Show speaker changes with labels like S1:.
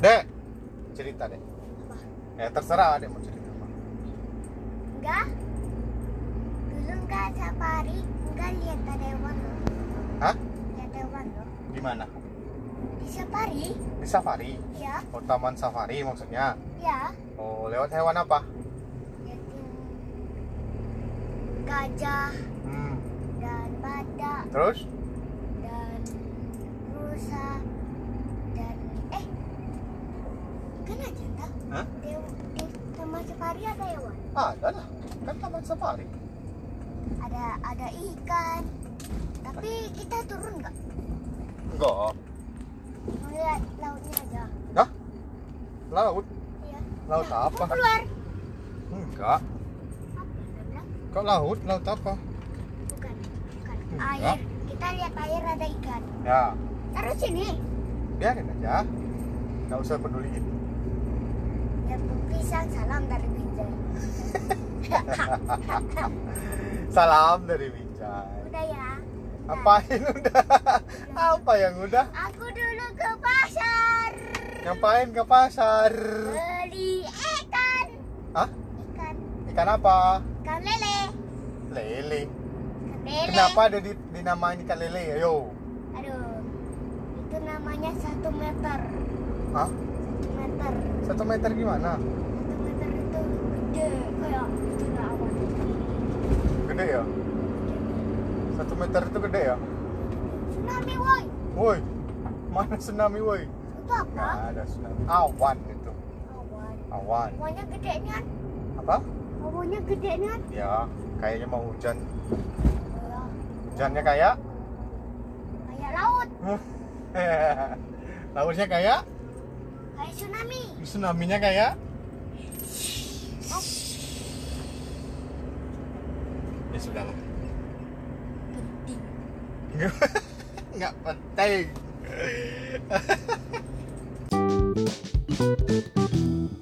S1: Dek, cerita deh. Ya terserah dek mau cerita apa.
S2: Enggak. Dulu enggak safari, enggak lihat ada hewan loh.
S1: Hah?
S2: Lihat hewan loh.
S1: Di mana?
S2: Di safari?
S1: Di safari.
S2: Ya,
S1: Oh, taman safari maksudnya.
S2: ya.
S1: Oh, lewat hewan apa?
S2: Liatin gajah
S1: Hmm.
S2: dan badak
S1: Terus?
S2: dan rusa dan eh kan aja tak?
S1: Hah?
S2: Di, di taman safari ada ya, hewan.
S1: Ada lah. Kan taman safari.
S2: Ada ada ikan. Tapi kita turun nggak?
S1: Enggak.
S2: Melihat lautnya aja.
S1: Laut.
S2: Iya.
S1: Laut
S2: Nah,
S1: apa?
S2: kok Keluar.
S1: Enggak.
S2: Apa yang bilang?
S1: Kok laut? Laut apa?
S2: Bukan, bukan.
S1: Enggak.
S2: Air. Kita lihat air ada ikan.
S1: Ya,
S2: Taruh sini.
S1: biarin aja. Enggak usah peduliin.
S2: Ya, pisang salam dari Binjai.
S1: Salam dari Wijay.
S2: Udah ya. Nah,
S1: Apain udah? Apa yang udah?
S2: Aku dulu ke pasar
S1: Ngapain ke pasar?
S2: beli ikan.
S1: Hah?
S2: Ikan,
S1: Ikan apa?
S2: ikan lele.
S1: Lele.
S2: Ikan lele.
S1: Kenapa ada di, dinamain ikan lele? ya? Ayo.
S2: Aduh. Itu namanya satu meter.
S1: Hah?
S2: Satu meter.
S1: Ha? Satu meter gimana?
S2: Satu meter itu gede. Kayak itu awan.
S1: Gede ya? Satu meter itu gede ya?
S2: Tsunami woi.
S1: Woi, mana tsunami woi?
S2: Itu apa?
S1: Nggak ada tsunami. Awan itu.
S2: Awan.
S1: Awan.
S2: Awannya gede kan?
S1: Apa?
S2: Awannya gede kan?
S1: Ya, kayaknya mau hujan. Hujannya kayak?
S2: Kayak laut,
S1: Lautnya kayak?
S2: kayak tsunami.
S1: Tsunaminya kayak? Ya sudah lah.
S2: Penting.
S1: Nggak penting.